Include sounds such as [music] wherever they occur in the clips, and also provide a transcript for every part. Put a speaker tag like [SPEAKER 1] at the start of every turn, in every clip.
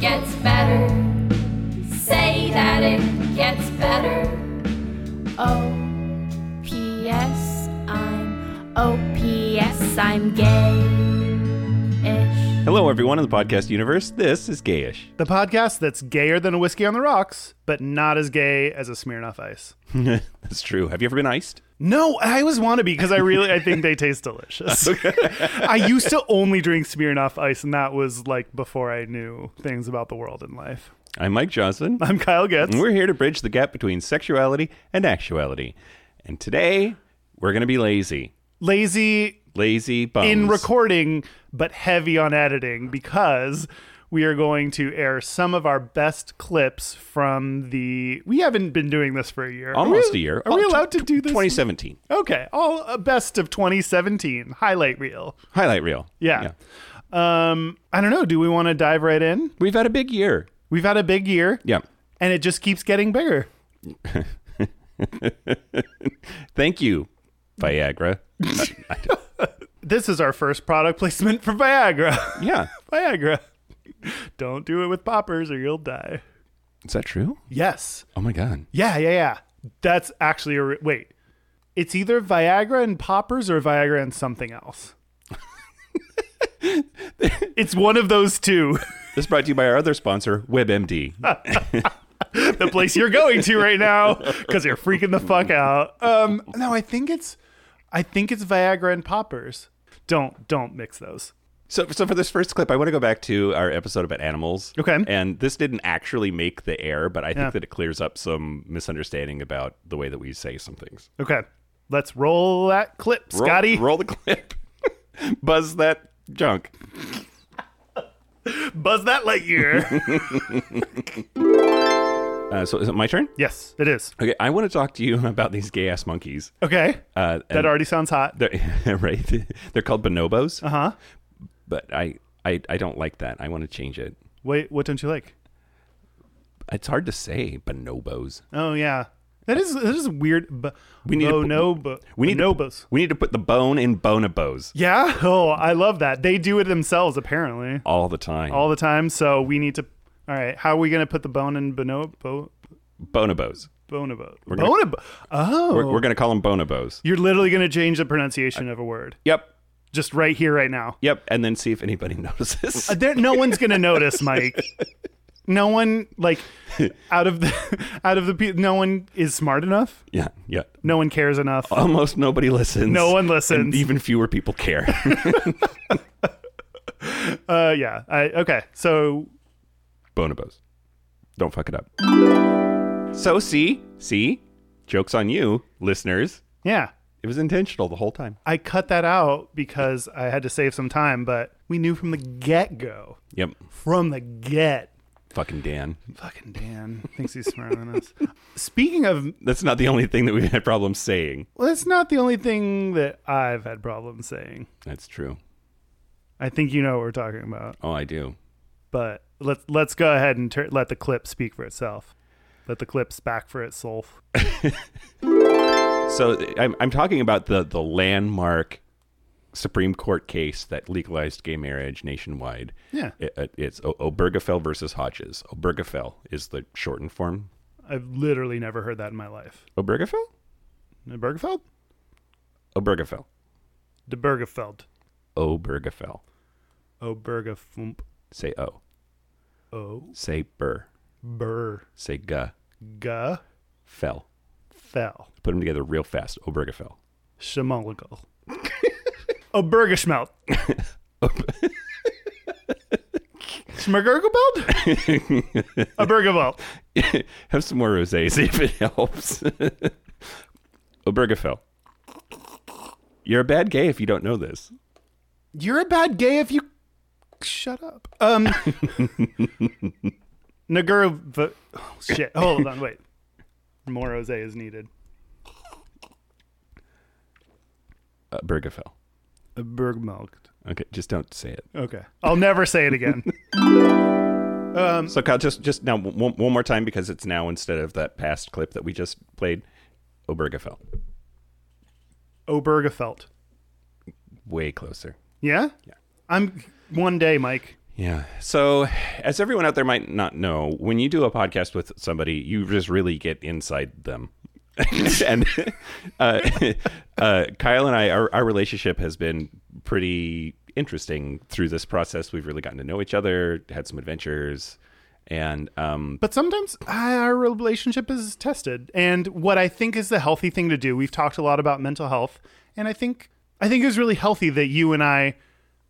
[SPEAKER 1] gets better. Say that it gets better. OPS, I'm OPS, I'm gay-ish.
[SPEAKER 2] Hello, everyone in the podcast universe. This is Gayish. [laughs]
[SPEAKER 3] The podcast that's gayer than a whiskey on the rocks, but not as gay as a Smirnoff Ice.
[SPEAKER 2] That's true. Have you ever been iced?
[SPEAKER 3] No, I always want to be because I really I think they
[SPEAKER 2] [laughs]
[SPEAKER 3] taste delicious. I used to only drink Smirnoff Ice, and that was like before I knew things about the world and life.
[SPEAKER 2] I'm Mike
[SPEAKER 3] [laughs]
[SPEAKER 2] Johnson,
[SPEAKER 3] I'm Kyle Getz.
[SPEAKER 2] and we're here to bridge the gap between sexuality and actuality. And today, we're going to be lazy.
[SPEAKER 3] Lazy
[SPEAKER 2] Lazy bums.
[SPEAKER 3] in recording, but heavy on editing because we are going to air some of our best clips from the. We haven't been doing this for a year. Are
[SPEAKER 2] Almost
[SPEAKER 3] we-
[SPEAKER 2] a year.
[SPEAKER 3] Are we
[SPEAKER 2] Oh, tw-
[SPEAKER 3] allowed to do this?
[SPEAKER 2] 2017.
[SPEAKER 3] Okay, all uh, best of 2017 highlight reel.
[SPEAKER 2] Highlight reel.
[SPEAKER 3] Yeah. Um, I don't know. Do we want to dive right in?
[SPEAKER 2] We've had a big year.
[SPEAKER 3] We've had a big year,
[SPEAKER 2] Yeah.
[SPEAKER 3] and it just keeps getting bigger.
[SPEAKER 2] Thank you, Viagra.
[SPEAKER 3] This is our first product placement for Viagra. [laughs]
[SPEAKER 2] Yeah.
[SPEAKER 3] Viagra. Don't do it with poppers or you'll die.
[SPEAKER 2] Is that true?
[SPEAKER 3] Yes.
[SPEAKER 2] Oh, my God.
[SPEAKER 3] Yeah, yeah, yeah. That's actually a re- wait. It's either Viagra and poppers or Viagra and something [laughs] else. it's one of those two.
[SPEAKER 2] This is brought to you by our other sponsor, WebMD.
[SPEAKER 3] the place you're going to right now because you're freaking the fuck out. Um, no, I think it's, I think it's Viagra and poppers. Don't don't mix those.
[SPEAKER 2] So, so for this first clip, I want to go back to our episode about animals.
[SPEAKER 3] Okay.
[SPEAKER 2] And this didn't actually make the air, but I think
[SPEAKER 3] Yeah.
[SPEAKER 2] that it clears up some misunderstanding about the way that we say some things.
[SPEAKER 3] Okay, let's roll that clip,
[SPEAKER 2] Roll-
[SPEAKER 3] Scotty.
[SPEAKER 2] roll the clip. [laughs] Buzz that junk.
[SPEAKER 3] [laughs] Buzz
[SPEAKER 2] [laughs]
[SPEAKER 3] that Lightyear.
[SPEAKER 2] Uh, so, is it my turn?
[SPEAKER 3] yes, it is.
[SPEAKER 2] Okay, I want to talk to you [laughs] about these gay ass monkeys.
[SPEAKER 3] Okay,
[SPEAKER 2] Uh, and
[SPEAKER 3] that already sounds hot.
[SPEAKER 2] they're, [laughs] right? They're called bonobos,
[SPEAKER 3] Uh huh.
[SPEAKER 2] but I, I, I don't like that. I want to change it.
[SPEAKER 3] Wait, what don't you like?
[SPEAKER 2] It's hard to say bonobos.
[SPEAKER 3] Oh yeah, that is that is weird. Bu-
[SPEAKER 2] We need to-
[SPEAKER 3] bonobo.
[SPEAKER 2] We need
[SPEAKER 3] bonobos.
[SPEAKER 2] To, we need to put the bone in bonobos
[SPEAKER 3] yeah. Oh, I love that. They do it themselves apparently
[SPEAKER 2] all the time.
[SPEAKER 3] all the time. So we need to. All right, how are we gonna put the bone in bonobo?
[SPEAKER 2] bonobos.
[SPEAKER 3] Bonobo.
[SPEAKER 2] gonna-
[SPEAKER 3] Bonobo. Oh,
[SPEAKER 2] We're, we're going to call them bonobos.
[SPEAKER 3] you're literally going to change the pronunciation of a word
[SPEAKER 2] Yep.
[SPEAKER 3] just right here, right now.
[SPEAKER 2] Yep. And then see if anybody [laughs] notices.
[SPEAKER 3] Uh, There, no one's going
[SPEAKER 2] [laughs]
[SPEAKER 3] to notice, Mike. No one like out of the [laughs] out of the pe- no one is smart enough.
[SPEAKER 2] yeah. Yeah.
[SPEAKER 3] No one cares enough.
[SPEAKER 2] Almost nobody listens.
[SPEAKER 3] No one
[SPEAKER 2] And
[SPEAKER 3] listens.
[SPEAKER 2] even fewer people care. [laughs]
[SPEAKER 3] Uh, yeah. I, okay. So
[SPEAKER 2] bonobos. Don't fuck it up. So, see, see, joke's on you, listeners.
[SPEAKER 3] yeah,
[SPEAKER 2] It was intentional the whole time.
[SPEAKER 3] I cut that out because I had to save some time. But we knew from the get go,
[SPEAKER 2] Yep.
[SPEAKER 3] from the get.
[SPEAKER 2] Fucking Dan.
[SPEAKER 3] Fucking Dan thinks he's smarter than
[SPEAKER 2] [laughs]
[SPEAKER 3] us. Speaking of
[SPEAKER 2] That's not the only thing that we've had problems saying.
[SPEAKER 3] Well, that's not the only thing that I've had problems saying.
[SPEAKER 2] That's true.
[SPEAKER 3] I think you know what we're talking about,
[SPEAKER 2] Oh, I do.
[SPEAKER 3] but let's let's go ahead and tur let the clip speak for itself. Let the clip back for itself.
[SPEAKER 2] So I'm, I'm talking about the, the landmark Supreme Court case that legalized gay marriage nationwide.
[SPEAKER 3] Yeah.
[SPEAKER 2] It- it- it's o- Obergefell versus Hodges. Obergefell is the shortened form.
[SPEAKER 3] I've literally never heard that in my life.
[SPEAKER 2] Obergefell?
[SPEAKER 3] Bergefeld?
[SPEAKER 2] Obergefell.
[SPEAKER 3] De Bergefeld.
[SPEAKER 2] Obergefell.
[SPEAKER 3] Oh, Bergefump.
[SPEAKER 2] Say O.
[SPEAKER 3] Oh,
[SPEAKER 2] Say Burr. Say Guh.
[SPEAKER 3] Bergefell.
[SPEAKER 2] Fell. Put them together real fast. Obergefell.
[SPEAKER 3] Shemoligal. oh, Bergeschmelt. Schmergergebeld? A Bergefeld.
[SPEAKER 2] Have some more rosé, [laughs] see if it helps. [laughs] Obergefell. You're a bad gay if you don't know this.
[SPEAKER 3] You're a bad gay if you shut up. Um Nagurva oh, shit. Hold on, wait. More rose is needed.
[SPEAKER 2] Uh, Obergefell.
[SPEAKER 3] A Bergmilk.
[SPEAKER 2] Okay, just don't say it.
[SPEAKER 3] Okay. I'll never say it again.
[SPEAKER 2] So Kyle, just just now one, one more time because it's now instead of that past clip that we just played, Obergefell.
[SPEAKER 3] Obergefelt.
[SPEAKER 2] Way closer.
[SPEAKER 3] Yeah?
[SPEAKER 2] Yeah.
[SPEAKER 3] I'm one day, Mike.
[SPEAKER 2] Yeah. So, as everyone out there might not know, when you do a podcast with somebody, you just really get inside them. [laughs] and uh, [laughs] uh, Kyle and I, our, our relationship has been pretty interesting through this process. We've really gotten to know each other, had some adventures, and um,
[SPEAKER 3] But sometimes ah, our relationship is tested, and what I think is the healthy thing to do. We've talked a lot about mental health, and I think I think it was really healthy that you and I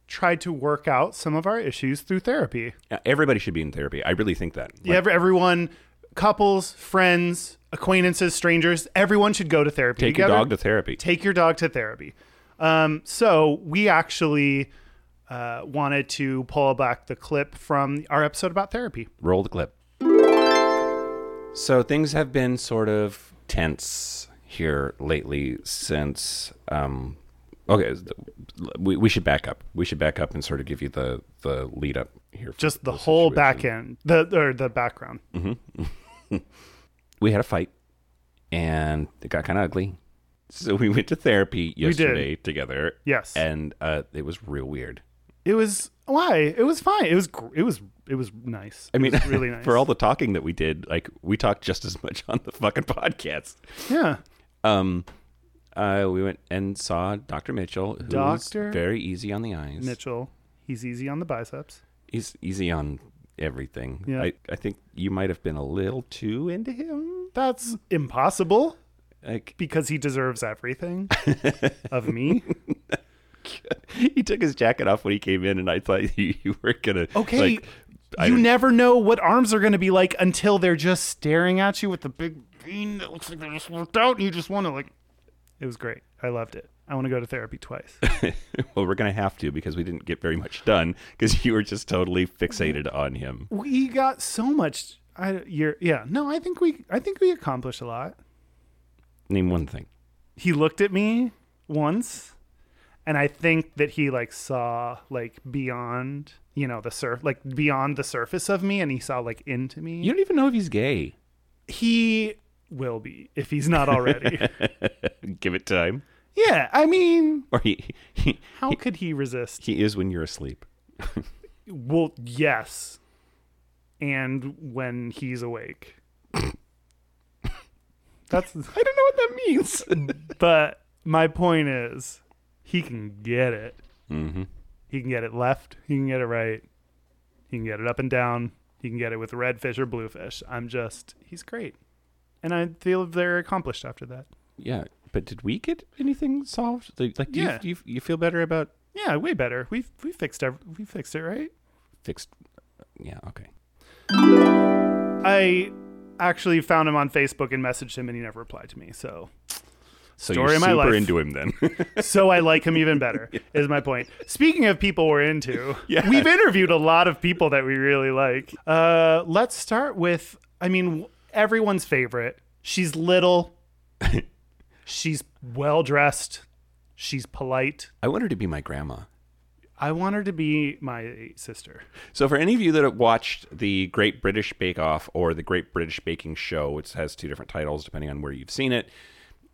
[SPEAKER 3] tried to work out some of our issues through therapy.
[SPEAKER 2] everybody should be in therapy. I really think that.
[SPEAKER 3] Yeah, every- everyone, couples, friends, acquaintances, strangers, everyone should go to therapy.
[SPEAKER 2] Take your
[SPEAKER 3] together.
[SPEAKER 2] dog to therapy.
[SPEAKER 3] Take your dog to therapy. Um, so we actually uh, wanted to pull back the clip from our episode about therapy.
[SPEAKER 2] Roll the clip. So things have been sort of tense here lately since. Um, okay, we, we should back up. We should back up and sort of give you the the lead up here. for
[SPEAKER 3] Just the, whole
[SPEAKER 2] situation.
[SPEAKER 3] back end, the or the background.
[SPEAKER 2] We had a fight, and it got kind of ugly. So we went to therapy
[SPEAKER 3] did.
[SPEAKER 2] yesterday together.
[SPEAKER 3] Yes.
[SPEAKER 2] and uh, it was real weird.
[SPEAKER 3] It was why it was fine. It was gr- it was it was nice.
[SPEAKER 2] I mean,
[SPEAKER 3] it was really
[SPEAKER 2] [laughs]
[SPEAKER 3] nice
[SPEAKER 2] for all the talking that we did, like we talked just as much on the fucking podcast.
[SPEAKER 3] yeah.
[SPEAKER 2] Um, uh, we went and saw Dr. Mitchell, who's
[SPEAKER 3] Dr.
[SPEAKER 2] very easy on the eyes.
[SPEAKER 3] Mitchell, he's easy on the biceps.
[SPEAKER 2] He's easy on everything.
[SPEAKER 3] Yeah.
[SPEAKER 2] I, I think you might have been a little too into him.
[SPEAKER 3] That's impossible
[SPEAKER 2] Like [laughs]
[SPEAKER 3] because he deserves everything of me.
[SPEAKER 2] he took his jacket off when he came in, and I thought [laughs] you, you were gonna
[SPEAKER 3] Okay.
[SPEAKER 2] like, I
[SPEAKER 3] you
[SPEAKER 2] don't-
[SPEAKER 3] never know what arms are going to be like until they're just staring at you with the big bean that looks like they just worked out, and you just want to like. It was great. I loved it. I want to go to therapy twice.
[SPEAKER 2] well, we're gonna have to because we didn't get very much done because [laughs] you were just totally fixated on him.
[SPEAKER 3] [laughs] we got so much. I you're yeah no. I think we I think we accomplished a lot.
[SPEAKER 2] Name one thing.
[SPEAKER 3] he looked at me once and i think that he like saw like beyond you know the surf like beyond the surface of me and he saw like into me
[SPEAKER 2] You don't even know if he's gay.
[SPEAKER 3] he will be if he's not already [laughs]
[SPEAKER 2] Give it time,
[SPEAKER 3] yeah i mean
[SPEAKER 2] or he [laughs] he,
[SPEAKER 3] how could he resist
[SPEAKER 2] he is when you're asleep.
[SPEAKER 3] well yes and when he's awake [laughs] that's [laughs]
[SPEAKER 2] I don't know what that means.
[SPEAKER 3] but my point is he can get it he can get it left he can get it right he can get it up and down he can get it with red fish or blue fish i'm just he's great and i feel they're accomplished after that
[SPEAKER 2] Yeah, but did we get anything solved? Like, like do,
[SPEAKER 3] Yeah.
[SPEAKER 2] you, do you you feel better about
[SPEAKER 3] yeah way better we we fixed ev- we fixed it right
[SPEAKER 2] fixed? Yeah, okay.
[SPEAKER 3] i actually found him on facebook and messaged him and he never replied to me so
[SPEAKER 2] So
[SPEAKER 3] Story
[SPEAKER 2] you're
[SPEAKER 3] of my
[SPEAKER 2] super
[SPEAKER 3] life.
[SPEAKER 2] into him then. [laughs]
[SPEAKER 3] so I like him even better. Is my point. Speaking of people we're into,
[SPEAKER 2] Yeah.
[SPEAKER 3] we've interviewed a lot of people that we really like. Uh, let's start with, I mean, everyone's favorite. She's little.
[SPEAKER 2] [laughs]
[SPEAKER 3] She's well dressed. She's polite.
[SPEAKER 2] I want her to be my grandma.
[SPEAKER 3] I want her to be my sister.
[SPEAKER 2] So for any of you that have watched the Great British Bake Off or the Great British Baking Show, which has two different titles depending on where you've seen it,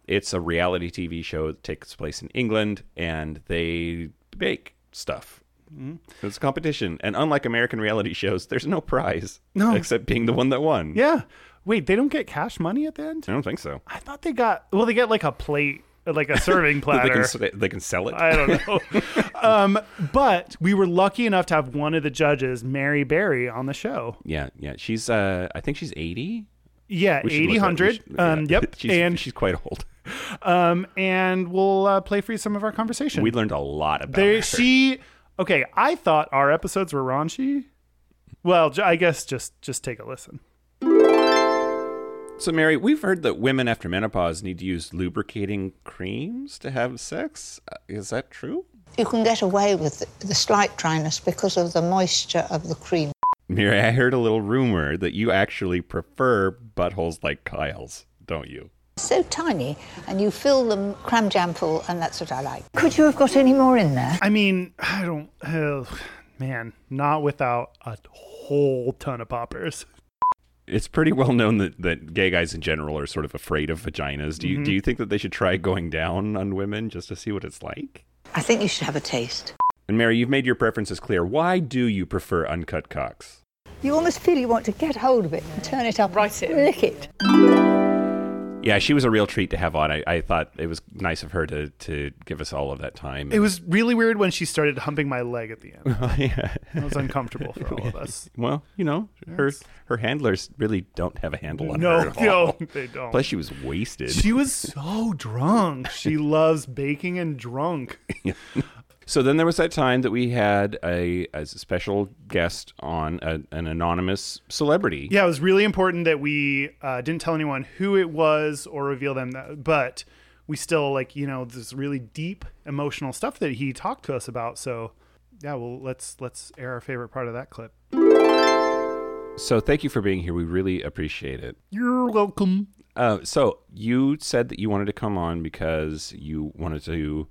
[SPEAKER 2] it's a reality TV show that takes place in England and they bake stuff.
[SPEAKER 3] Mm-hmm.
[SPEAKER 2] It's a competition, and unlike American reality [laughs] shows, there's no prize
[SPEAKER 3] No.
[SPEAKER 2] except being the one that won.
[SPEAKER 3] Yeah. Wait, they don't get cash money at the end?
[SPEAKER 2] I don't think so.
[SPEAKER 3] I thought they got, well, they get like a plate, like
[SPEAKER 2] [laughs]
[SPEAKER 3] a serving platter.
[SPEAKER 2] They can, s- they can sell it.
[SPEAKER 3] I
[SPEAKER 2] [laughs]
[SPEAKER 3] don't know. um, but we were lucky enough to have one of the judges, Mary Berry, on the show.
[SPEAKER 2] Yeah, yeah. She's uh I think she's 80.
[SPEAKER 3] Yeah,
[SPEAKER 2] We should look
[SPEAKER 3] eighty
[SPEAKER 2] that- we
[SPEAKER 3] hundred.
[SPEAKER 2] should-
[SPEAKER 3] Um,
[SPEAKER 2] yeah.
[SPEAKER 3] yep.
[SPEAKER 2] [laughs] she's,
[SPEAKER 3] and
[SPEAKER 2] she's quite old.
[SPEAKER 3] um, and we'll uh, play for you some of our conversation.
[SPEAKER 2] We learned a lot about
[SPEAKER 3] there,
[SPEAKER 2] her.
[SPEAKER 3] she. Okay, I thought our episodes were raunchy. Well, j- I guess just just take a listen.
[SPEAKER 2] So Mary, we've heard that women after menopause need to use lubricating creams to have sex. Uh, Is that true?
[SPEAKER 4] You can get away with the slight dryness because of the moisture of the cream.
[SPEAKER 2] Mary, I heard a little rumor that you actually prefer buttholes like Kyle's, don't you?
[SPEAKER 4] So tiny, and you fill them cram jam full, and that's what I like. Could you have got any more in there?
[SPEAKER 3] I mean, I don't. Oh, man, not without a whole ton of poppers.
[SPEAKER 2] It's pretty well known that, that gay guys in general are sort of afraid of vaginas. Do you
[SPEAKER 3] Mm-hmm.
[SPEAKER 2] do you think that they should try going down on women just to see what it's like?
[SPEAKER 4] I think you should have a taste.
[SPEAKER 2] And Mary, you've made your preferences clear. Why do you prefer uncut cocks?
[SPEAKER 4] You almost feel you want to get hold of it and turn it up,
[SPEAKER 5] Right in.
[SPEAKER 4] and lick it.
[SPEAKER 2] Yeah, she was a real treat to have on. I, I thought it was nice of her to, to give us all of that time. Oh,
[SPEAKER 3] It
[SPEAKER 2] [laughs]
[SPEAKER 3] was really weird when she started humping my leg at the end.
[SPEAKER 2] yeah.
[SPEAKER 3] It was uncomfortable for all
[SPEAKER 2] [laughs]
[SPEAKER 3] of us.
[SPEAKER 2] Well, you know, her her handlers really don't have a handle on her.
[SPEAKER 3] No,
[SPEAKER 2] at
[SPEAKER 3] [laughs] no,
[SPEAKER 2] all.
[SPEAKER 3] they don't.
[SPEAKER 2] Plus, she was wasted.
[SPEAKER 3] She was so drunk. She loves baking and drunk.
[SPEAKER 2] So then there was that time that we had a as a special guest on a, an anonymous celebrity.
[SPEAKER 3] Yeah, it was really important that we uh, didn't tell anyone who it was or reveal them. That, but we still like you know this really deep emotional stuff that he talked to us about. So yeah, well let's let's air our favorite part of that clip.
[SPEAKER 2] So thank you for being here. We really appreciate it.
[SPEAKER 3] You're welcome.
[SPEAKER 2] Uh, so you said that you wanted to come on because you wanted to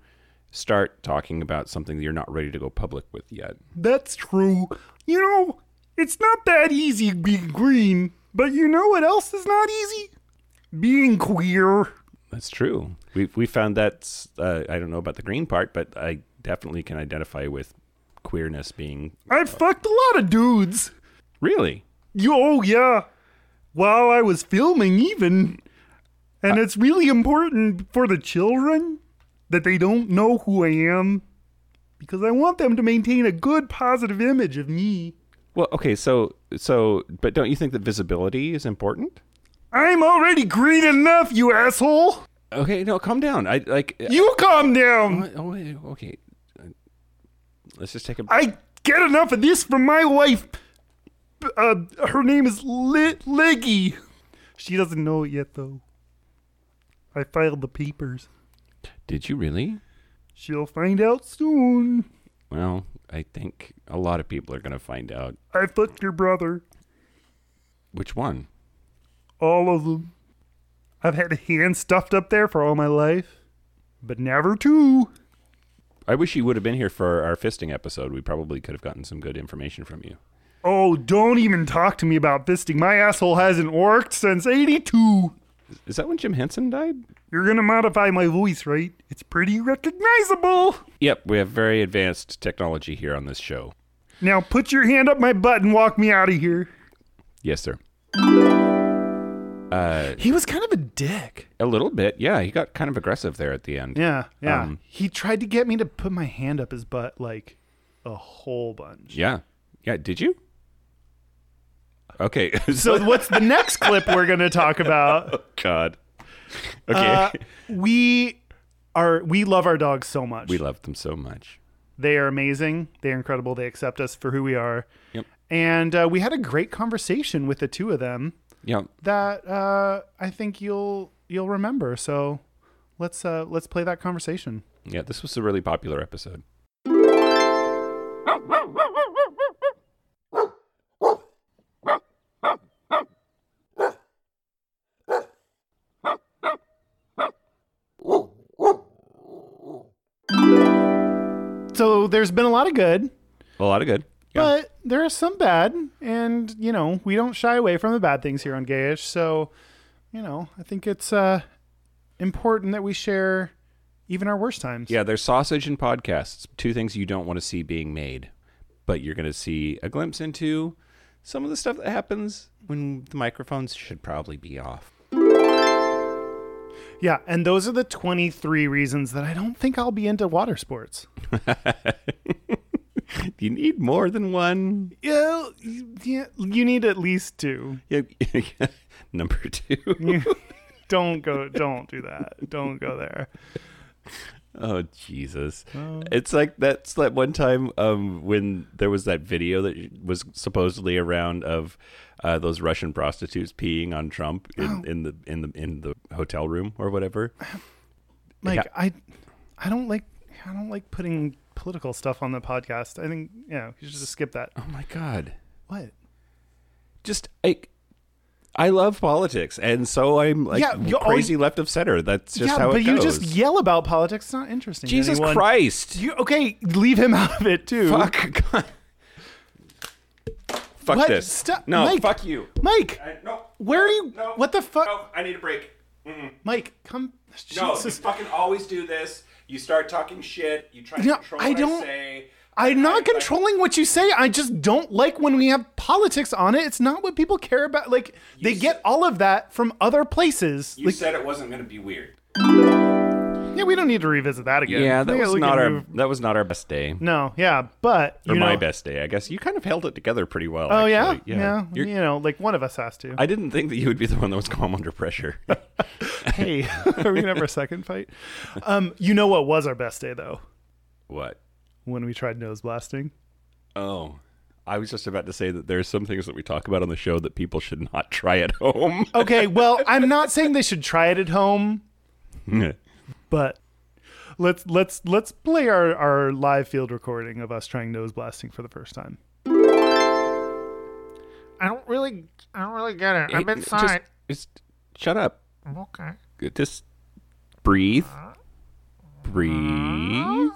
[SPEAKER 2] start talking about something that you're not ready to go public with yet.
[SPEAKER 3] That's true. You know, it's not that easy being green. But you know what else is not easy? Being queer.
[SPEAKER 2] That's true. We we found that uh, I don't know about the green part, but I definitely can identify with queerness being
[SPEAKER 3] I fucked a lot of dudes.
[SPEAKER 2] really.
[SPEAKER 3] Yo, oh, yeah. While I was filming, even. And it's really important for the children that they don't know who I am because I want them to maintain a good, positive image of me.
[SPEAKER 2] Well, okay, so so but don't you think that visibility is important?
[SPEAKER 3] I'm already green enough, you asshole.
[SPEAKER 2] Okay, no, calm down. I like
[SPEAKER 3] You calm down.
[SPEAKER 2] Oh, wait, okay. Let's just take a
[SPEAKER 3] I get enough of this from my wife. Uh, her name is Li- Leggy. She doesn't know it yet, though. I filed the papers.
[SPEAKER 2] Did you really?
[SPEAKER 3] She'll find out soon.
[SPEAKER 2] Well, I think a lot of people are going to find out
[SPEAKER 3] I fucked your brother.
[SPEAKER 2] which one.
[SPEAKER 3] All of them. I've had hands stuffed up there for all my life, but never two.
[SPEAKER 2] I wish you would have been here for our fisting episode. We probably could have gotten some good information from you.
[SPEAKER 3] Oh, don't even talk to me about fisting. My asshole hasn't worked since 82.
[SPEAKER 2] Is that when Jim Henson died?
[SPEAKER 3] You're gonna modify my voice, right? It's pretty recognizable.
[SPEAKER 2] Yep, we have very advanced technology here on this show.
[SPEAKER 3] Now put your hand up my butt and walk me out of here.
[SPEAKER 2] Yes, sir.
[SPEAKER 3] He was kind of a dick.
[SPEAKER 2] A little bit. Yeah, he got kind of aggressive there at the end.
[SPEAKER 3] Yeah, yeah.
[SPEAKER 2] Um,
[SPEAKER 3] he tried to get me to put my hand up his butt like a whole bunch.
[SPEAKER 2] Yeah. Yeah, did you? Okay. [laughs] oh
[SPEAKER 3] So what's the next clip we're gonna talk about?
[SPEAKER 2] God. Okay. [laughs]
[SPEAKER 3] Uh, [laughs] we are we love our dogs so much.
[SPEAKER 2] we loved them so much.
[SPEAKER 3] they are amazing. They are incredible. They accept us for who we are.
[SPEAKER 2] Yep.
[SPEAKER 3] And uh, we had a great conversation with the two of them
[SPEAKER 2] Yeah.
[SPEAKER 3] that uh, I think you'll you'll remember. So let's uh, let's play that conversation.
[SPEAKER 2] Yeah, this was a really popular episode.
[SPEAKER 3] So there's been a lot of good,
[SPEAKER 2] A lot of good. Yeah.
[SPEAKER 3] but there are some bad, and you know we don't shy away from the bad things here on Gayish. So you know I think it's uh, important that we share even our worst times.
[SPEAKER 2] yeah, there's sausage and podcasts, two things you don't want to see being made, but you're going to see a glimpse into some of the stuff that happens when the microphones should probably be off.
[SPEAKER 3] Yeah, and those are the 23 reasons that I don't think I'll be into water sports.
[SPEAKER 2] You need more than one. [laughs]
[SPEAKER 3] Yeah, yeah, you need at least two.
[SPEAKER 2] Yeah. [laughs] Number [laughs] two.
[SPEAKER 3] Don't go, don't do that. Don't go there.
[SPEAKER 2] Oh Jesus! It's like that's that one time um, when there was that video that was supposedly around of uh, those Russian prostitutes peeing on Trump in, in the in the in the hotel room or whatever.
[SPEAKER 3] Like
[SPEAKER 2] Yeah.
[SPEAKER 3] I, I don't like, I don't like putting political stuff on the podcast. I think yeah, you should just skip that.
[SPEAKER 2] Oh my God!
[SPEAKER 3] What?
[SPEAKER 2] Just I, I love politics, and so I'm like
[SPEAKER 3] Yeah, you- oh,
[SPEAKER 2] crazy left of center. That's just
[SPEAKER 3] yeah,
[SPEAKER 2] how
[SPEAKER 3] but
[SPEAKER 2] it
[SPEAKER 3] you
[SPEAKER 2] goes.
[SPEAKER 3] just yell about politics. It's not interesting. to
[SPEAKER 2] Jesus
[SPEAKER 3] anyone.
[SPEAKER 2] Christ!
[SPEAKER 3] You okay? Leave him [laughs] out of it too.
[SPEAKER 2] fuck God. Fuck
[SPEAKER 3] What?
[SPEAKER 2] this!
[SPEAKER 3] Stop-
[SPEAKER 2] No,
[SPEAKER 3] Mike.
[SPEAKER 2] fuck you!
[SPEAKER 3] [laughs] Mike,
[SPEAKER 2] no,
[SPEAKER 3] where are you?
[SPEAKER 2] No.
[SPEAKER 3] what the fuck?
[SPEAKER 2] no, I need a break.
[SPEAKER 3] Mike, come.
[SPEAKER 2] No, you
[SPEAKER 3] Jesus.
[SPEAKER 2] fucking always do this. You start talking shit. You try to
[SPEAKER 3] No,
[SPEAKER 2] control
[SPEAKER 3] I
[SPEAKER 2] what
[SPEAKER 3] don't-
[SPEAKER 2] I say.
[SPEAKER 3] I'm not controlling what you say. I just don't like when we have politics on it. It's not what people care about. Like they get all of that from other places.
[SPEAKER 2] You
[SPEAKER 3] Like
[SPEAKER 2] said it wasn't going to be weird.
[SPEAKER 3] yeah, we don't need to revisit that again.
[SPEAKER 2] Yeah, that
[SPEAKER 3] We-
[SPEAKER 2] was
[SPEAKER 3] we
[SPEAKER 2] not
[SPEAKER 3] can
[SPEAKER 2] our
[SPEAKER 3] move-
[SPEAKER 2] that was not our best day.
[SPEAKER 3] No, yeah, but
[SPEAKER 2] Or
[SPEAKER 3] you
[SPEAKER 2] my
[SPEAKER 3] know-
[SPEAKER 2] best day, I guess. You kind of held it together pretty well.
[SPEAKER 3] Oh yeah,
[SPEAKER 2] actually.
[SPEAKER 3] yeah.
[SPEAKER 2] You're-
[SPEAKER 3] you know, like one of us has to.
[SPEAKER 2] I didn't think that you would be the one that was calm under pressure.
[SPEAKER 3] [laughs] hey, [laughs] are we gonna have our second fight? Um, you know what was our best day though?
[SPEAKER 2] what?
[SPEAKER 3] When we tried nose blasting.
[SPEAKER 2] Oh, I was just about to say that there's some things that we talk about on the show that people should not [laughs] try at home.
[SPEAKER 3] Okay, well, I'm not saying they should try it at home, but let's let's let's play our, our live field recording of us trying nose blasting for the first time.
[SPEAKER 6] I don't really, I don't really get it. I'm
[SPEAKER 2] It-
[SPEAKER 6] inside.
[SPEAKER 2] [laughs] Just, just shut up.
[SPEAKER 6] okay.
[SPEAKER 2] Just breathe. Breathe.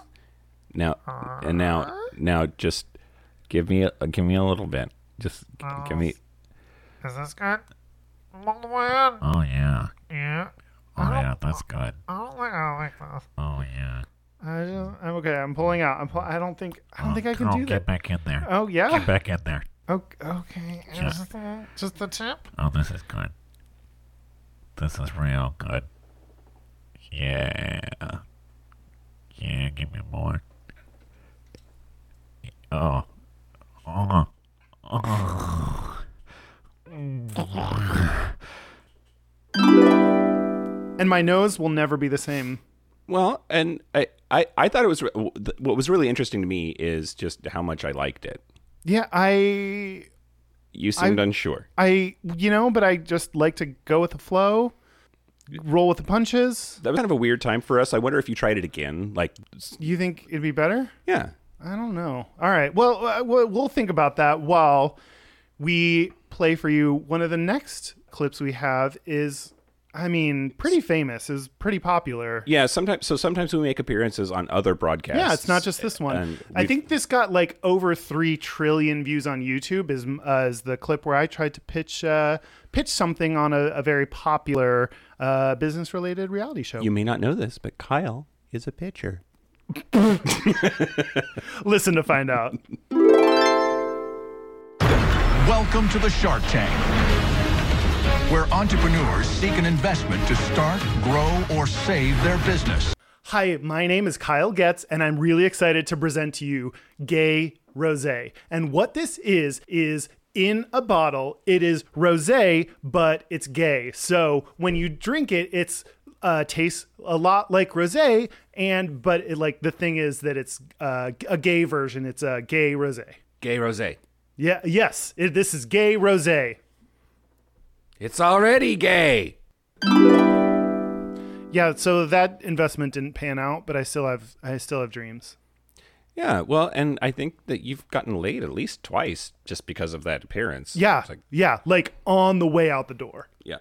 [SPEAKER 2] Now and now now just give me a give me a little bit. Just g- give me
[SPEAKER 6] Is this good? I'm all the way in.
[SPEAKER 7] Oh yeah.
[SPEAKER 6] Yeah.
[SPEAKER 7] Oh yeah, that's good.
[SPEAKER 6] I don't think I like this.
[SPEAKER 7] Oh yeah.
[SPEAKER 3] I just, I'm okay. I'm pulling out. I'm pull, I don't think I don't think I can
[SPEAKER 7] oh,
[SPEAKER 3] do
[SPEAKER 7] get
[SPEAKER 3] that.
[SPEAKER 7] back in there.
[SPEAKER 3] Oh yeah.
[SPEAKER 7] Get back in there.
[SPEAKER 3] Oh, okay.
[SPEAKER 6] Just the, just the tip?
[SPEAKER 7] Oh, this is good. This is real good. Yeah. Yeah, give me more. Oh. Oh.
[SPEAKER 3] And my nose will never be the same.
[SPEAKER 2] Well, and I, I, I thought it was re- w- th- what was really interesting to me is just how much I liked it.
[SPEAKER 3] Yeah, I
[SPEAKER 2] You seemed unsure.
[SPEAKER 3] I you know, but I just like to go with the flow, roll with the punches.
[SPEAKER 2] That was kind of a weird time for us. I wonder if you tried it again. Like, s-
[SPEAKER 3] You think it'd be better?
[SPEAKER 2] yeah,
[SPEAKER 3] I don't know. All right. Well, uh, we'll we'll think about that while we play for you. One of the next clips we have is, I mean, pretty famous, is pretty popular.
[SPEAKER 2] yeah. Sometimes, so sometimes we make appearances on other broadcasts.
[SPEAKER 3] Yeah, it's not just this one.
[SPEAKER 2] And
[SPEAKER 3] I
[SPEAKER 2] we've-
[SPEAKER 3] think this got like over three trillion views on YouTube. Is uh, is the clip where I tried to pitch uh, pitch something on a, a very popular uh, business related reality show.
[SPEAKER 2] you may not know this, but Kyle is a pitcher.
[SPEAKER 3] Listen to find out.
[SPEAKER 8] Welcome to the Shark Tank, where entrepreneurs seek an investment to start, grow, or save their business.
[SPEAKER 3] Hi, my name is Kyle Getz, and I'm really excited to present to you Gay Rose. And what this is, is in a bottle, it is rose, but it's gay. So when you drink it, it's uh, tastes a lot like rosé, and but it, like the thing is that it's uh, a gay version. It's a gay rosé.
[SPEAKER 9] Gay Rosé.
[SPEAKER 3] Yeah, yes, it, this is gay rosé.
[SPEAKER 9] It's already gay.
[SPEAKER 3] Yeah, so that investment didn't pan out, but I still have I still have dreams.
[SPEAKER 2] Yeah, well, and I think that you've gotten laid at least twice just because of that appearance.
[SPEAKER 3] Yeah,
[SPEAKER 2] It's like,
[SPEAKER 3] yeah, like on the way out the door.
[SPEAKER 2] yeah,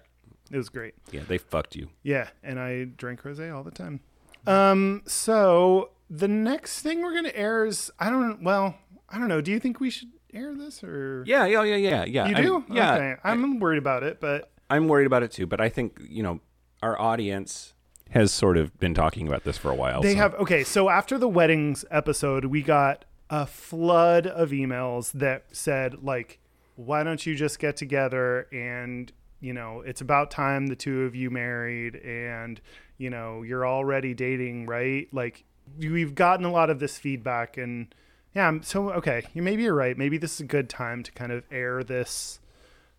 [SPEAKER 3] It was great.
[SPEAKER 2] yeah. They fucked you.
[SPEAKER 3] Yeah, and I drink rosé all the time. Um, so the next thing we're gonna air is I don't well I don't know. Do you think we should air this or
[SPEAKER 2] Yeah, yeah, yeah, yeah, yeah.
[SPEAKER 3] you
[SPEAKER 2] I'm-
[SPEAKER 3] do?
[SPEAKER 2] yeah,
[SPEAKER 3] okay. I'm worried about it, but
[SPEAKER 2] I'm worried about it too, but I think, you know, our audience has sort of been talking about this for a while.
[SPEAKER 3] They
[SPEAKER 2] so-
[SPEAKER 3] have okay. So after the weddings episode, we got a flood of emails that said like, "Why don't you just get together and you know it's about time the two of you married and you know you're already dating, right?" Like we've gotten a lot of this feedback and yeah. I'm- So okay, you maybe you're right. Maybe this is a good time to kind of air this.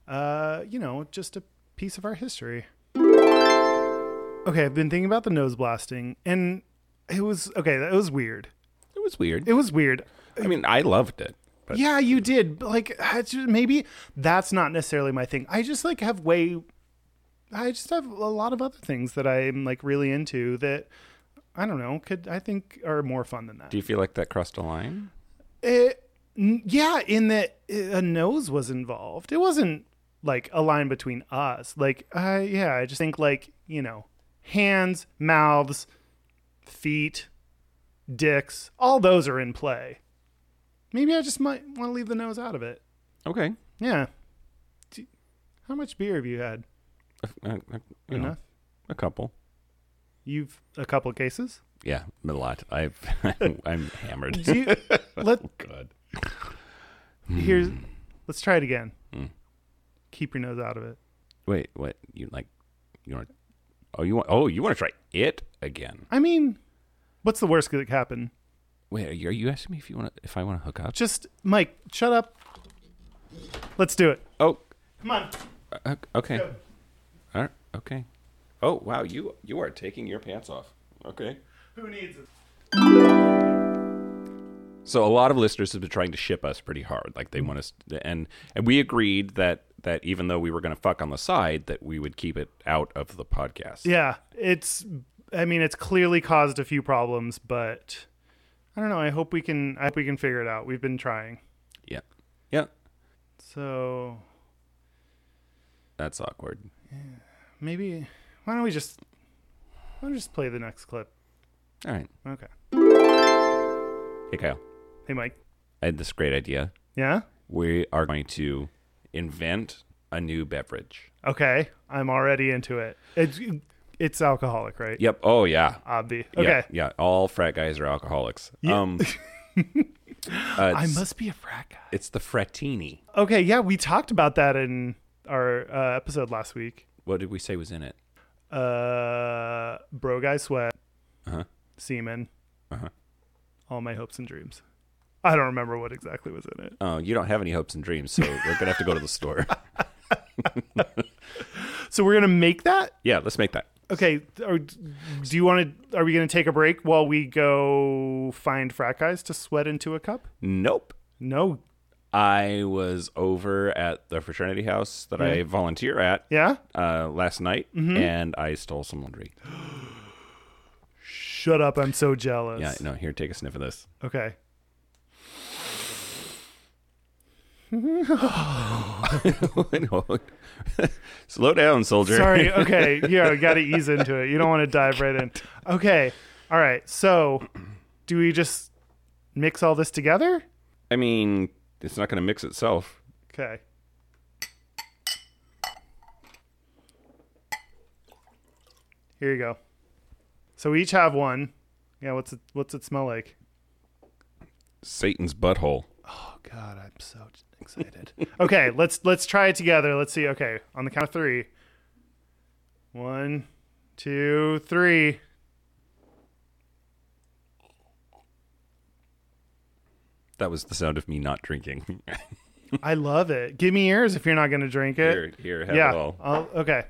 [SPEAKER 3] Uh, you know, just a piece of our history. Okay, I've been thinking about the nose blasting, and it was okay. That was weird.
[SPEAKER 2] It was weird.
[SPEAKER 3] It was weird.
[SPEAKER 2] I mean, I loved it. But
[SPEAKER 3] Yeah, you did. But like, I ju- maybe that's not necessarily my thing. I just like have way. I just have a lot of other things that I'm like really into that I don't know could I think are more fun than that.
[SPEAKER 2] do you feel like that crossed a line?
[SPEAKER 3] It, n- yeah, in that uh, a nose was involved. It wasn't like a line between us. Like, I yeah, I just think like you know, hands, mouths, feet, dicks, all those are in play. Maybe I just might want to leave the nose out of it.
[SPEAKER 2] Okay.
[SPEAKER 3] Yeah. D- How much beer have you had?
[SPEAKER 2] Uh, uh, you know,
[SPEAKER 3] Enough.
[SPEAKER 2] a couple.
[SPEAKER 3] You've a couple cases.
[SPEAKER 2] Yeah, a lot. I [laughs] I'm hammered.
[SPEAKER 3] Do you, let
[SPEAKER 2] God.
[SPEAKER 3] here's let's try it again. Keep your nose out of it.
[SPEAKER 2] Wait, what? You like you want Oh, you want Oh, you want to try it again.
[SPEAKER 3] I mean, what's the worst that could happen?
[SPEAKER 2] Wait, are you, are you asking me if you want to if I want to hook up?
[SPEAKER 3] Just Mike, shut up. Let's do it.
[SPEAKER 2] oh,
[SPEAKER 3] Come on.
[SPEAKER 2] uh, okay. All right, okay. Oh, wow, you you are taking your pants off. Okay.
[SPEAKER 3] Who needs it?
[SPEAKER 2] So a lot of listeners have been trying to ship us pretty hard. Like
[SPEAKER 3] Mm-hmm.
[SPEAKER 2] they want us and and we agreed that that even though we were going to fuck on the side that we would keep it out of the podcast.
[SPEAKER 3] Yeah, it's. I mean, it's clearly caused a few problems, but I don't know. I hope we can. I hope we can figure it out. We've been trying.
[SPEAKER 2] Yeah. Yeah.
[SPEAKER 3] So
[SPEAKER 2] That's awkward.
[SPEAKER 3] maybe why don't we just why don't we just play the next clip?
[SPEAKER 2] All right.
[SPEAKER 3] Okay.
[SPEAKER 2] Hey Kyle.
[SPEAKER 3] Hey, Mike.
[SPEAKER 2] I had this great idea.
[SPEAKER 3] Yeah.
[SPEAKER 2] We are going to invent a new beverage.
[SPEAKER 3] Okay. I'm already into it. It's it's alcoholic, right?
[SPEAKER 2] Yep. Oh yeah.
[SPEAKER 3] Obvi.
[SPEAKER 2] Yeah,
[SPEAKER 3] Okay.
[SPEAKER 2] Yeah, all frat guys are alcoholics.
[SPEAKER 3] [laughs]
[SPEAKER 2] Um uh,
[SPEAKER 3] I
[SPEAKER 2] it's,
[SPEAKER 3] must be a frat guy.
[SPEAKER 2] it's the frattini.
[SPEAKER 3] Okay. Yeah, we talked about that in our uh, episode last week.
[SPEAKER 2] What did we say was in it?
[SPEAKER 3] Uh, bro, guy sweat.
[SPEAKER 2] Uh-huh.
[SPEAKER 3] Semen.
[SPEAKER 2] Uh-huh.
[SPEAKER 3] All my hopes and dreams. I don't remember what exactly was in it.
[SPEAKER 2] Oh, you don't have any hopes and dreams, so we're gonna have to go to the
[SPEAKER 3] [laughs]
[SPEAKER 2] store.
[SPEAKER 3] So we're gonna make that.
[SPEAKER 2] Yeah, let's make that.
[SPEAKER 3] Okay. Or do you want to? Are we gonna take a break while we go find frat guys to sweat into a cup?
[SPEAKER 2] Nope.
[SPEAKER 3] No.
[SPEAKER 2] I was over at the fraternity house that I volunteer at
[SPEAKER 3] Yeah. Mm-hmm.
[SPEAKER 2] uh, last night, and I stole some laundry.
[SPEAKER 3] Shut up. I'm so jealous.
[SPEAKER 2] Yeah, no, here, take a sniff of this. [laughs]
[SPEAKER 3] Okay.
[SPEAKER 2] No. Slow down, soldier.
[SPEAKER 3] Sorry. Okay. Yeah, got to ease into it. You don't want to dive right in. Okay. All right. So, do we just mix all this together?
[SPEAKER 2] [laughs] I mean, it's not going to mix itself.
[SPEAKER 3] Okay. Here you go. So we each have one. Yeah. What's it? What's it smell like?
[SPEAKER 2] Satan's butthole.
[SPEAKER 3] Oh God, I'm so excited. [laughs] okay. Let's let's try it together. Let's see. Okay. On the count of three. One, two, three.
[SPEAKER 2] That was the sound of me not drinking. [laughs]
[SPEAKER 3] I love it. Give me yours if you're not going to drink it.
[SPEAKER 2] here, here, have
[SPEAKER 3] yeah.
[SPEAKER 2] it all.
[SPEAKER 3] I'll- okay.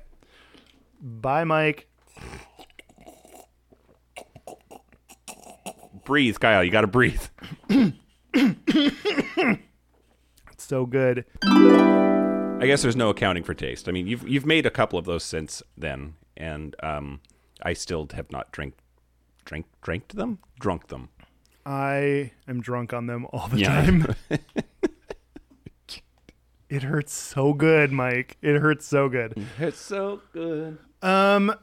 [SPEAKER 3] Bye, Mike.
[SPEAKER 2] Breathe, Kyle. You got to breathe.
[SPEAKER 3] It's so good.
[SPEAKER 2] I guess there's no accounting for taste. I mean, you've you've made a couple of those since then, and um, I still have not drink, drink, drank them, drunk them.
[SPEAKER 3] I am drunk on them all the
[SPEAKER 2] Yeah. [laughs]
[SPEAKER 3] time. it hurts so good, Mike. It hurts so good.
[SPEAKER 2] It's so good.
[SPEAKER 3] Um.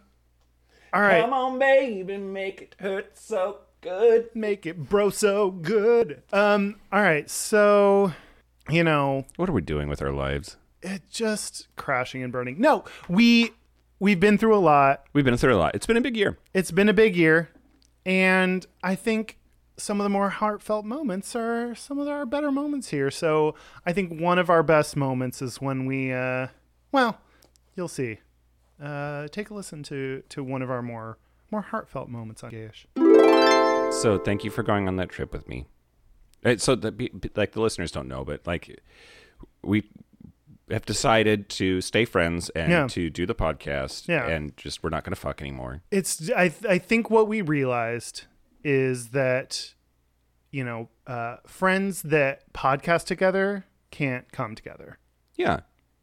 [SPEAKER 3] All right.
[SPEAKER 2] on, baby, make it hurt so good.
[SPEAKER 3] Make it, bro, so good. Um. All right. So, you know,
[SPEAKER 2] What are we doing with our lives?
[SPEAKER 3] it just crashing and burning. No, we we've been through a lot.
[SPEAKER 2] We've been through a lot. It's been a big year.
[SPEAKER 3] it's been a big year, and I think some of the more heartfelt moments are some of our better moments here. So I think one of our best moments is when we, uh, well, you'll see. Uh, take a listen to to one of our more more heartfelt moments on Gayish.
[SPEAKER 2] So thank you for going on that trip with me. Uh, So the be- be- like the listeners don't know, but like we have decided to stay friends and
[SPEAKER 3] Yeah.
[SPEAKER 2] to do the podcast,
[SPEAKER 3] Yeah.
[SPEAKER 2] and just we're not going to fuck anymore.
[SPEAKER 3] It's I I think what we realized is that you know uh, friends that podcast together can't come together.
[SPEAKER 2] Yeah,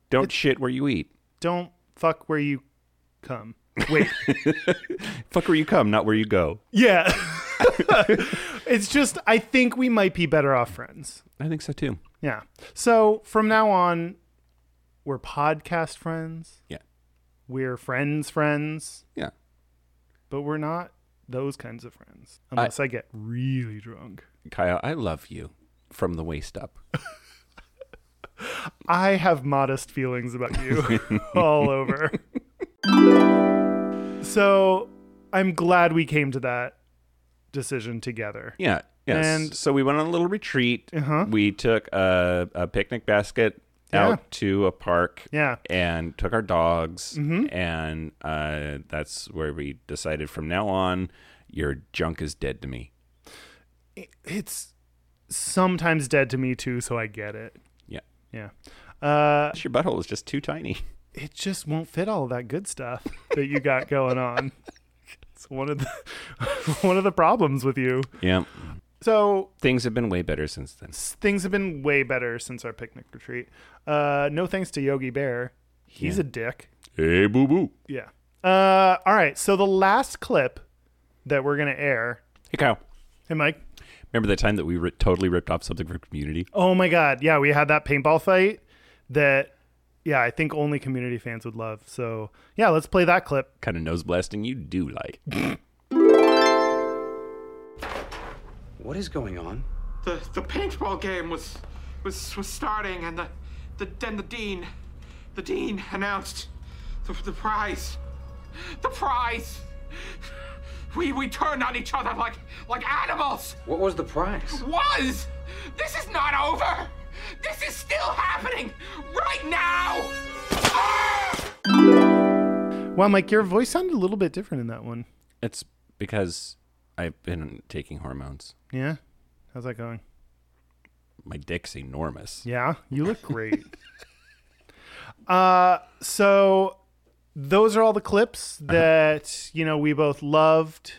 [SPEAKER 2] don't shit where you eat.
[SPEAKER 3] Don't fuck where you come. Wait.
[SPEAKER 2] Fuck where you come, not where you go.
[SPEAKER 3] Yeah. [laughs] it's just I think we might be better off friends.
[SPEAKER 2] I think so too.
[SPEAKER 3] Yeah. So from now on, we're podcast friends.
[SPEAKER 2] Yeah.
[SPEAKER 3] We're friends friends,
[SPEAKER 2] Yeah.
[SPEAKER 3] but we're not those kinds of friends. Unless I, get really drunk.
[SPEAKER 2] Kyle, I love you from the waist [laughs] up.
[SPEAKER 3] I have modest feelings about you all over. So I'm glad we came to that decision together.
[SPEAKER 2] Yeah. Yes.
[SPEAKER 3] And-
[SPEAKER 2] so we went on a little retreat. We took a, a picnic basket out to a park.
[SPEAKER 3] Yeah.
[SPEAKER 2] And took our dogs. And uh, that's where we decided from now on, your junk is dead to me.
[SPEAKER 3] It's sometimes dead to me too, so I get it.
[SPEAKER 2] Yeah.
[SPEAKER 3] Yeah. Uh,
[SPEAKER 2] Your butthole is just too tiny.
[SPEAKER 3] it just won't fit all that good stuff that you got going on. It's one of the [laughs] one of the problems with you.
[SPEAKER 2] [laughs] Yeah.
[SPEAKER 3] So
[SPEAKER 2] Things have been way better since then.
[SPEAKER 3] things have been way better since our picnic retreat. Uh, no thanks to Yogi Bear. He's a dick.
[SPEAKER 2] Hey, boo boo.
[SPEAKER 3] Yeah. Uh, all right. So the last clip that we're gonna air.
[SPEAKER 2] Hey, Kyle.
[SPEAKER 3] Hey, Mike.
[SPEAKER 2] Remember that time that we ri totally ripped off something for community?
[SPEAKER 3] Oh my God. Yeah, we had that paintball fight that. Yeah, I think only community fans would love. So yeah, let's play that clip.
[SPEAKER 2] Kind of nose blasting you do like.
[SPEAKER 9] What is going on?
[SPEAKER 10] the the paintball game was was was starting, and the the then the dean, the dean announced the, the prize, the prize. We we turned on each other like like animals.
[SPEAKER 9] What was the prize?
[SPEAKER 10] Was this is not over. This is still happening right now. Ah!
[SPEAKER 3] Wow, Mike, your voice sounded a little bit different in that one.
[SPEAKER 2] It's because I've been taking hormones.
[SPEAKER 3] Yeah. How's that going?
[SPEAKER 2] My dick's enormous.
[SPEAKER 3] Yeah, you look great. uh, so those are all the clips that you know we both loved,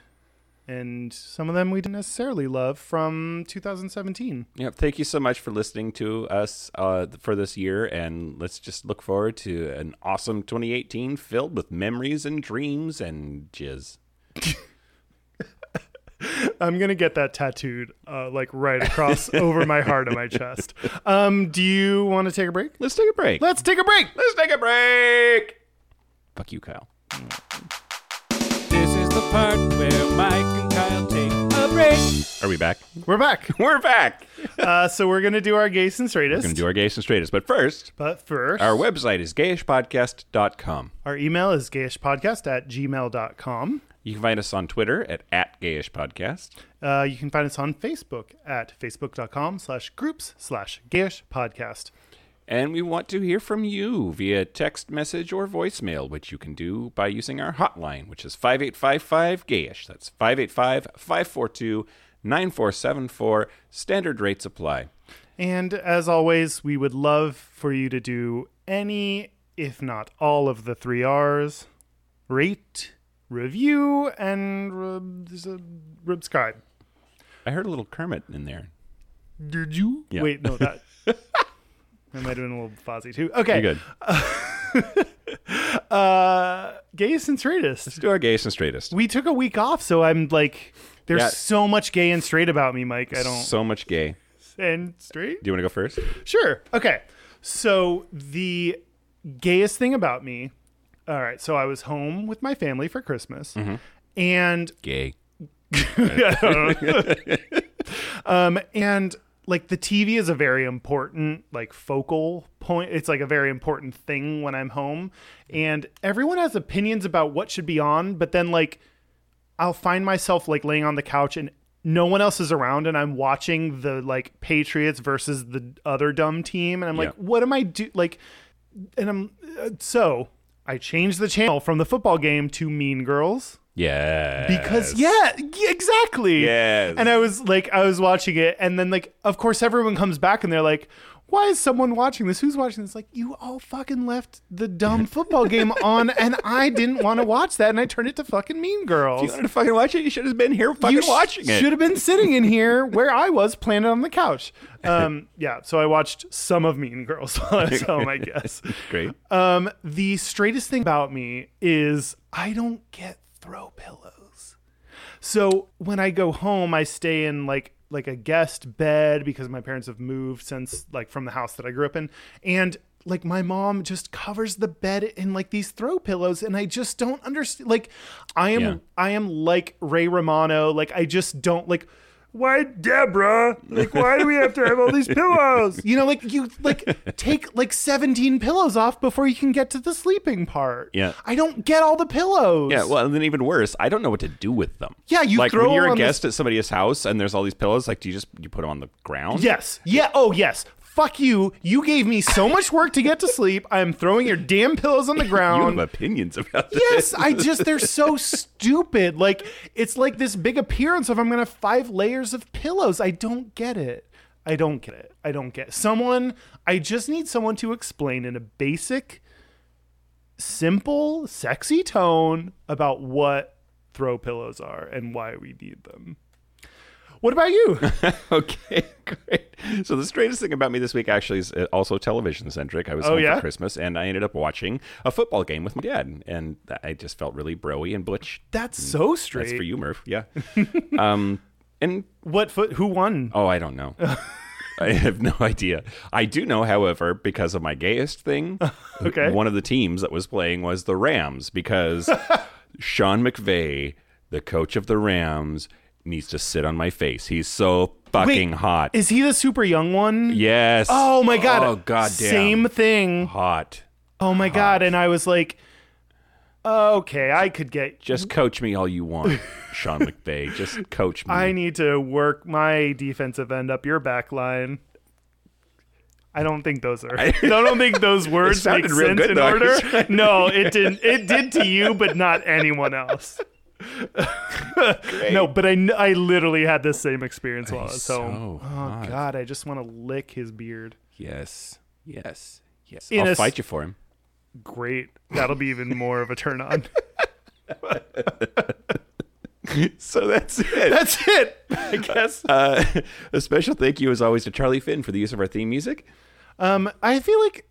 [SPEAKER 3] and some of them we didn't necessarily love from 2017.
[SPEAKER 2] Yep. Thank you so much for listening to us uh, for this year, and let's just look forward to an awesome 2018 filled with memories and dreams and jizz.
[SPEAKER 3] I'm gonna get that tattooed, uh, like right across [laughs] over my heart and my chest. Um, do you want to take a break?
[SPEAKER 2] Let's take a break.
[SPEAKER 3] Let's take a break.
[SPEAKER 2] Let's take a break. Fuck you, Kyle.
[SPEAKER 9] This is the part where Mike and Kyle take a break.
[SPEAKER 2] Are we back?
[SPEAKER 3] We're back.
[SPEAKER 2] We're back.
[SPEAKER 3] Uh, so we're gonna do our gays and
[SPEAKER 2] We're going
[SPEAKER 3] straightest.
[SPEAKER 2] to do our gays and straightest, but first,
[SPEAKER 3] but first,
[SPEAKER 2] our website is gayishpodcast.com.
[SPEAKER 3] our email is gayishpodcast at gmail.com.
[SPEAKER 2] You can find us on Twitter at, at gayishpodcast.
[SPEAKER 3] Uh, you can find us on Facebook at facebook.com slash groups slash gayish podcast.
[SPEAKER 2] And we want to hear from you via text message or voicemail, which you can do by using our hotline, which is 5855 GAyish. That's 585 542 9474. Standard rates apply.
[SPEAKER 3] And as always, we would love for you to do any, if not all of the three R's rate, review, and rub- subscribe.
[SPEAKER 2] I heard a little Kermit in there.
[SPEAKER 3] Did you?
[SPEAKER 2] Yeah.
[SPEAKER 3] Wait,
[SPEAKER 2] [laughs]
[SPEAKER 3] no, that. I might have been a little fuzzy too. Okay.
[SPEAKER 2] You're good.
[SPEAKER 3] Uh, gayest and straightest.
[SPEAKER 2] Let's do our gayest and straightest.
[SPEAKER 3] We took a week off, so I'm like, there's
[SPEAKER 2] Yeah.
[SPEAKER 3] so much gay and straight about me, Mike. I don't.
[SPEAKER 2] So much gay.
[SPEAKER 3] and straight?
[SPEAKER 2] Do you want to go first?
[SPEAKER 3] Sure. Okay. So the gayest thing about me. All right. So I was home with my family for Christmas, and
[SPEAKER 2] Gay.
[SPEAKER 3] um and like the TV is a very important like focal point. It's like a very important thing when I'm home, and everyone has opinions about what should be on. But then like I'll find myself like laying on the couch and no one else is around and I'm watching the like Patriots versus the other dumb team and I'm like
[SPEAKER 2] Yeah.
[SPEAKER 3] what am I do like and I'm uh, so I changed the channel from the football game to Mean Girls
[SPEAKER 2] Yeah.
[SPEAKER 3] because yeah, y- exactly.
[SPEAKER 2] Yes.
[SPEAKER 3] And I was like I was watching it and then like of course everyone comes back and they're like why is someone watching this? Who's watching this? Like you all fucking left
[SPEAKER 2] [laughs]
[SPEAKER 3] the dumb football game on and I didn't want to watch that and I turned it to fucking Mean Girls
[SPEAKER 2] If you wanted to fucking watch it, you should have been here fucking watching it.
[SPEAKER 3] should have been sitting in here where I was, planted on the couch.
[SPEAKER 2] [laughs]
[SPEAKER 3] Um, yeah, so I watched some of Mean Girls [laughs] while I was home, I guess.
[SPEAKER 2] Great.
[SPEAKER 3] Um, the straightest thing about me is I don't get throw pillows. So when I go home, I stay in like like a guest bed because my parents have moved since like from the house that I grew up in, and like my mom just covers the bed in like these throw pillows and I just don't understand like I am
[SPEAKER 2] Yeah.
[SPEAKER 3] I am like Ray Romano like I just don't like why Deborah? Like, why do we have to have all these pillows? You know, like you like take like 17 pillows off before you can get to the sleeping part.
[SPEAKER 2] Yeah.
[SPEAKER 3] I don't get all the pillows.
[SPEAKER 2] Yeah, well, and then even worse, I don't know what to do with them.
[SPEAKER 3] Yeah, you
[SPEAKER 2] like
[SPEAKER 3] throw
[SPEAKER 2] when you're a
[SPEAKER 3] on this-
[SPEAKER 2] guest at somebody's house and there's all these pillows. Like, do you just you put them on the ground?
[SPEAKER 3] Yes. Yeah. Oh, yes. Fuck you. You gave me so much work to get to sleep. I'm throwing your damn pillows on
[SPEAKER 2] [laughs]
[SPEAKER 3] the
[SPEAKER 2] you
[SPEAKER 3] ground.
[SPEAKER 2] have opinions about this.
[SPEAKER 3] Yes, I just they're so stupid. Like it's like this big appearance of I'm gonna have five layers of pillows. I don't get it. I don't get it. I don't get someone. I just need someone to explain in a basic, simple, sexy tone about what throw pillows are and why we need them. What about
[SPEAKER 2] [laughs]
[SPEAKER 3] you?
[SPEAKER 2] [laughs] okay, great. So the strangest thing about me this week actually is uh, also television centric. I was
[SPEAKER 3] Oh,
[SPEAKER 2] home
[SPEAKER 3] yeah?
[SPEAKER 2] for Christmas and I ended up watching a football game with my dad, and I just felt really broy and butch.
[SPEAKER 3] That's so straight.
[SPEAKER 2] That's for you, Murph.
[SPEAKER 3] [laughs]
[SPEAKER 2] Yeah. um, and
[SPEAKER 3] What foot? Who won?
[SPEAKER 2] oh, I don't
[SPEAKER 3] [laughs]
[SPEAKER 2] know. I have no idea. I do know, however, because of my gayest thing,
[SPEAKER 3] [laughs] Okay.
[SPEAKER 2] one of the teams that was playing was the Rams
[SPEAKER 3] [laughs]
[SPEAKER 2] because Sean McVay, the coach of the Rams, needs to sit on my face. He's so fucking hot.
[SPEAKER 3] Is he the super young one?
[SPEAKER 2] Yes.
[SPEAKER 3] Oh my god.
[SPEAKER 2] Oh god damn.
[SPEAKER 3] Same thing.
[SPEAKER 2] hot.
[SPEAKER 3] Oh my god! And I was like, okay, I could get.
[SPEAKER 2] Just coach me all you want,
[SPEAKER 3] [laughs]
[SPEAKER 2] Sean McVay. Just coach me.
[SPEAKER 3] I need to work my defensive end up your back line. I don't think those are. [laughs] I don't think
[SPEAKER 2] [laughs]
[SPEAKER 3] those words
[SPEAKER 2] sounded
[SPEAKER 3] make sense
[SPEAKER 2] real good,
[SPEAKER 3] in
[SPEAKER 2] though. I
[SPEAKER 3] order.
[SPEAKER 2] was trying [laughs]
[SPEAKER 3] No, it didn't. It did to you, but not anyone else. no, but I, kn- I literally had this same experience while I was home.
[SPEAKER 2] so
[SPEAKER 3] oh god, I just want to lick his beard.
[SPEAKER 2] yes. Yes. Yes.
[SPEAKER 3] In
[SPEAKER 2] I'll
[SPEAKER 3] a s-
[SPEAKER 2] fight you for him.
[SPEAKER 3] Great. That'll be even more of a turn on.
[SPEAKER 2] [laughs] So that's it.
[SPEAKER 3] That's it. I guess.
[SPEAKER 2] [laughs] uh, a special thank you, as always, to Charlie Finn for the use of our theme music.
[SPEAKER 3] [laughs] Um, I feel like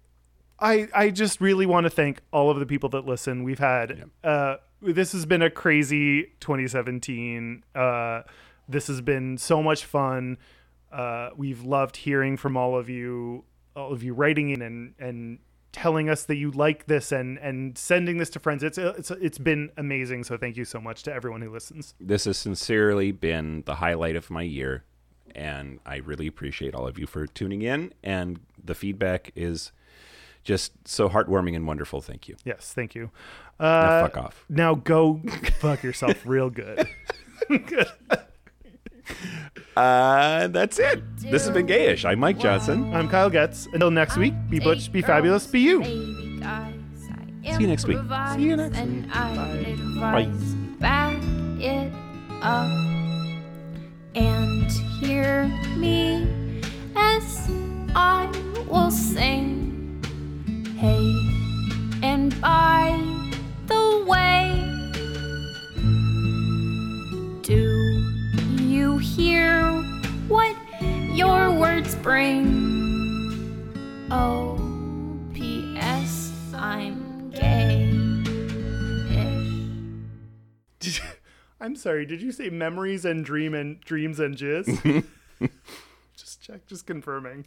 [SPEAKER 3] I I just really want to thank all of the people that listen. We've had uh, this has been a crazy 2017. Uh, this has been so much fun. Uh, we've loved hearing from all of you, all of you writing in and and telling us that you like this and and sending this to friends. It's it's it's been amazing. So thank you so much to everyone who listens.
[SPEAKER 2] This has sincerely been the highlight of my year, and I really appreciate all of you for tuning in. And the feedback is just so heartwarming and wonderful. Thank you.
[SPEAKER 3] Yes, thank you.
[SPEAKER 2] Now
[SPEAKER 3] Uh,
[SPEAKER 2] fuck off.
[SPEAKER 3] now go [laughs] fuck yourself real good.
[SPEAKER 2] Uh, that's it. This has been Gayish. I'm Mike Johnson.
[SPEAKER 3] I'm Kyle Getz. Until next week, be butch, be fabulous, be you.
[SPEAKER 1] See
[SPEAKER 2] you next week.
[SPEAKER 1] See you next week.
[SPEAKER 2] Bye.
[SPEAKER 1] Back it up and hear me as I will sing. Hey, and by the way, do you hear what your words bring? Oh, P.S. I'm gay-ish.
[SPEAKER 3] I'm sorry. Did you say [laughs] memories and dream and dreams and jizz? just check. Just confirming.